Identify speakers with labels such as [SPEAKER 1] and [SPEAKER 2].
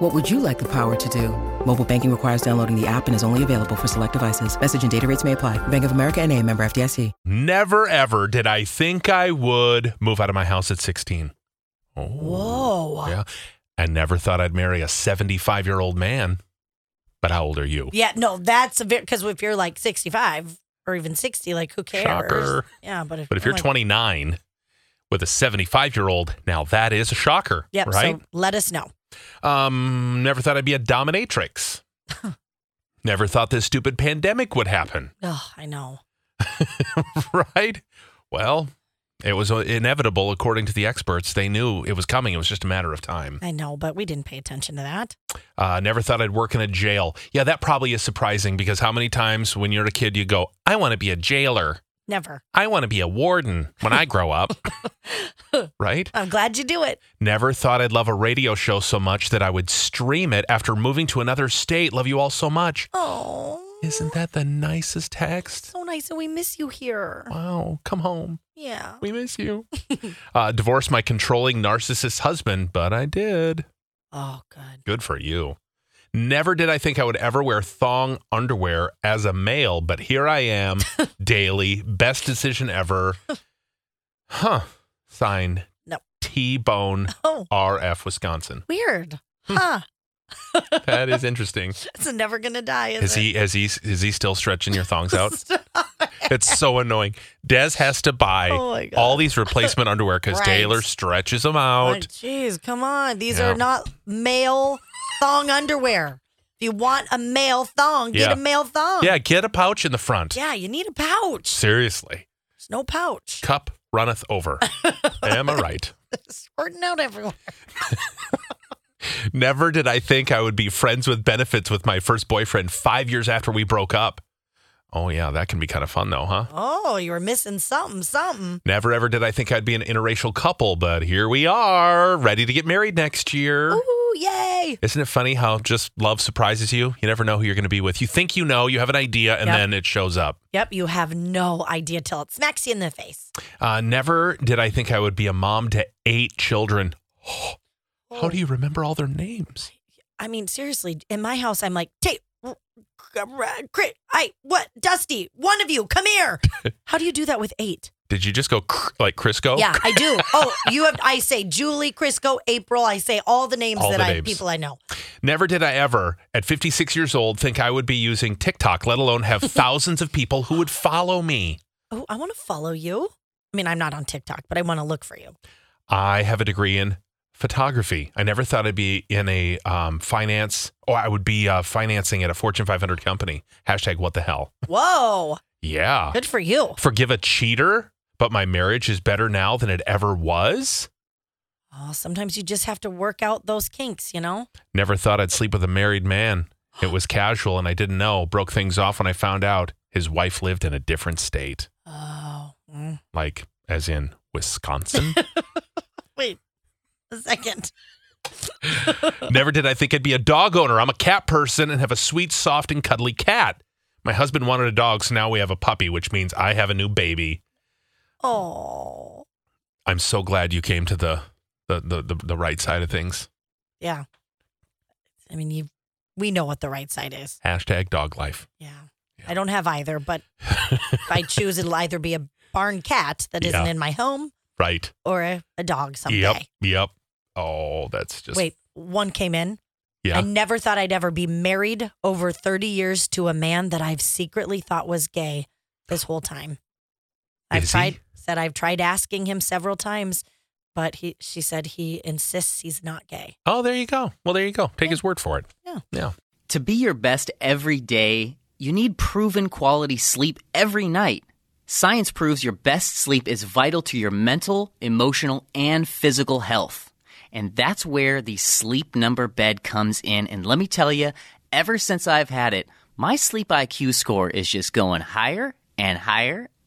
[SPEAKER 1] What would you like the power to do? Mobile banking requires downloading the app and is only available for select devices. Message and data rates may apply. Bank of America and a member FDIC.
[SPEAKER 2] Never ever did I think I would move out of my house at 16. Oh,
[SPEAKER 3] Whoa.
[SPEAKER 2] Yeah. I never thought I'd marry a 75 year old man. But how old are you?
[SPEAKER 3] Yeah, no, that's a bit because if you're like 65 or even 60, like who cares?
[SPEAKER 2] Shocker.
[SPEAKER 3] Yeah, but if,
[SPEAKER 2] But if you're
[SPEAKER 3] like-
[SPEAKER 2] 29 with a 75 year old, now that is a shocker,
[SPEAKER 3] yep,
[SPEAKER 2] right?
[SPEAKER 3] So let us know.
[SPEAKER 2] Um, never thought I'd be a dominatrix. never thought this stupid pandemic would happen,
[SPEAKER 3] Oh, I know.
[SPEAKER 2] right? Well, it was inevitable, according to the experts. They knew it was coming. It was just a matter of time.
[SPEAKER 3] I know, but we didn't pay attention to that.
[SPEAKER 2] Uh, never thought I'd work in a jail. Yeah, that probably is surprising because how many times when you're a kid you go, I want to be a jailer.
[SPEAKER 3] Never.
[SPEAKER 2] I want to be a warden when I grow up. right?
[SPEAKER 3] I'm glad you do it.
[SPEAKER 2] Never thought I'd love a radio show so much that I would stream it after moving to another state. Love you all so much.
[SPEAKER 3] Oh,
[SPEAKER 2] Isn't that the nicest text?
[SPEAKER 3] so nice. And we miss you here.
[SPEAKER 2] Wow, come home.
[SPEAKER 3] Yeah.
[SPEAKER 2] We miss you. uh, divorced my controlling narcissist husband, but I did.
[SPEAKER 3] Oh, good.
[SPEAKER 2] Good for you. Never did I think I would ever wear thong underwear as a male, but here I am daily. Best decision ever. Huh. Signed
[SPEAKER 3] No.
[SPEAKER 2] T Bone
[SPEAKER 3] Oh,
[SPEAKER 2] RF Wisconsin.
[SPEAKER 3] weird.
[SPEAKER 2] Hmm.
[SPEAKER 3] Huh.
[SPEAKER 2] That is interesting.
[SPEAKER 3] It's never going to die,
[SPEAKER 2] Is
[SPEAKER 3] is, it?
[SPEAKER 2] he is he is he still stretching your thongs out? It's so annoying. Des has to buy
[SPEAKER 3] Oh my God.
[SPEAKER 2] all these replacement underwear because
[SPEAKER 3] Right.
[SPEAKER 2] Taylor stretches them out.
[SPEAKER 3] Like, Jeez, come on. These
[SPEAKER 2] Yeah.
[SPEAKER 3] are not male thong underwear. If you want a male thong, get
[SPEAKER 2] Yeah.
[SPEAKER 3] a male thong.
[SPEAKER 2] Yeah, get a pouch in the front.
[SPEAKER 3] Yeah, you need a pouch.
[SPEAKER 2] Seriously,
[SPEAKER 3] There's no pouch.
[SPEAKER 2] cup runneth over. Am I right?
[SPEAKER 3] Squirting out everywhere.
[SPEAKER 2] Never did I think I would be friends with benefits with my first boyfriend five years after we broke up. Oh yeah, that can be kind of fun though, huh?
[SPEAKER 3] Oh, you were missing something, something.
[SPEAKER 2] Never ever did I think I'd be an interracial couple, but here we are, ready to get married next year.
[SPEAKER 3] Ooh, yay.
[SPEAKER 2] Isn't it funny how just love surprises you? You never know who you're going to be with. You think you know, you have an idea, and
[SPEAKER 3] Yep.
[SPEAKER 2] then it shows up.
[SPEAKER 3] Yep, you have no idea till it smacks you in the face.
[SPEAKER 2] Uh, never did I think I would be a mom to eight children. Oh, how do you remember all their names?
[SPEAKER 3] I mean, seriously, in my house, I'm like, Tate, Crit, I, what, Dusty, one of you, come here. How do you do that with eight?
[SPEAKER 2] Did you just go "Kr- like Crisco?
[SPEAKER 3] Yeah, I do. Oh, you have. I say Julie, Crisco, April. I say all the names
[SPEAKER 2] All
[SPEAKER 3] that
[SPEAKER 2] the
[SPEAKER 3] I
[SPEAKER 2] names.
[SPEAKER 3] people I know.
[SPEAKER 2] Never did I ever, at 56 years old, think I would be using TikTok, let alone have thousands of people who would follow me.
[SPEAKER 3] Oh, I want to follow you. I mean, I'm not on TikTok, but I want to look for you.
[SPEAKER 2] I have a degree in photography. I never thought I'd be in a um, finance, or I would be uh, financing at a Fortune 500 company. Hashtag what the hell.
[SPEAKER 3] Whoa,
[SPEAKER 2] Yeah.
[SPEAKER 3] good for you.
[SPEAKER 2] Forgive a cheater, but my marriage is better now than it ever was.
[SPEAKER 3] Oh, sometimes you just have to work out those kinks, you know.
[SPEAKER 2] Never thought I'd sleep with a married man. It was casual and I didn't know. Broke things off when I found out his wife lived in a different state,
[SPEAKER 3] Oh, mm.
[SPEAKER 2] like as in Wisconsin.
[SPEAKER 3] wait a second.
[SPEAKER 2] Never did I think I'd be a dog owner. I'm a cat person and have a sweet, soft, and cuddly cat. My husband wanted a dog, so now we have a puppy, which means I have a new baby.
[SPEAKER 3] Oh,
[SPEAKER 2] I'm so glad you came to the the the, the, the right side of things.
[SPEAKER 3] yeah. I mean, you. We know what the right side is.
[SPEAKER 2] Hashtag dog life.
[SPEAKER 3] Yeah. I don't have either, but if I choose, it'll either be a barn cat that isn't
[SPEAKER 2] Yeah.
[SPEAKER 3] in my home
[SPEAKER 2] Right.
[SPEAKER 3] or a, a dog someday.
[SPEAKER 2] Yep. Yep. Oh, that's just
[SPEAKER 3] Wait, one came in. I
[SPEAKER 2] yeah.
[SPEAKER 3] never thought I'd ever be married over 30 years to a man that I've secretly thought was gay this whole time. I've
[SPEAKER 2] Is he?
[SPEAKER 3] tried said I've tried asking him several times, but he she said he insists he's not gay.
[SPEAKER 2] Oh, there you go. Well, there you go. Take his word for it.
[SPEAKER 3] Yeah.
[SPEAKER 2] Yeah.
[SPEAKER 4] To be your best every day, you need proven quality sleep every night. Science proves your best sleep is vital to your mental, emotional, and physical health. And that's where the Sleep Number bed comes in. And let me tell you, ever since I've had it, my sleep IQ score is just going higher and higher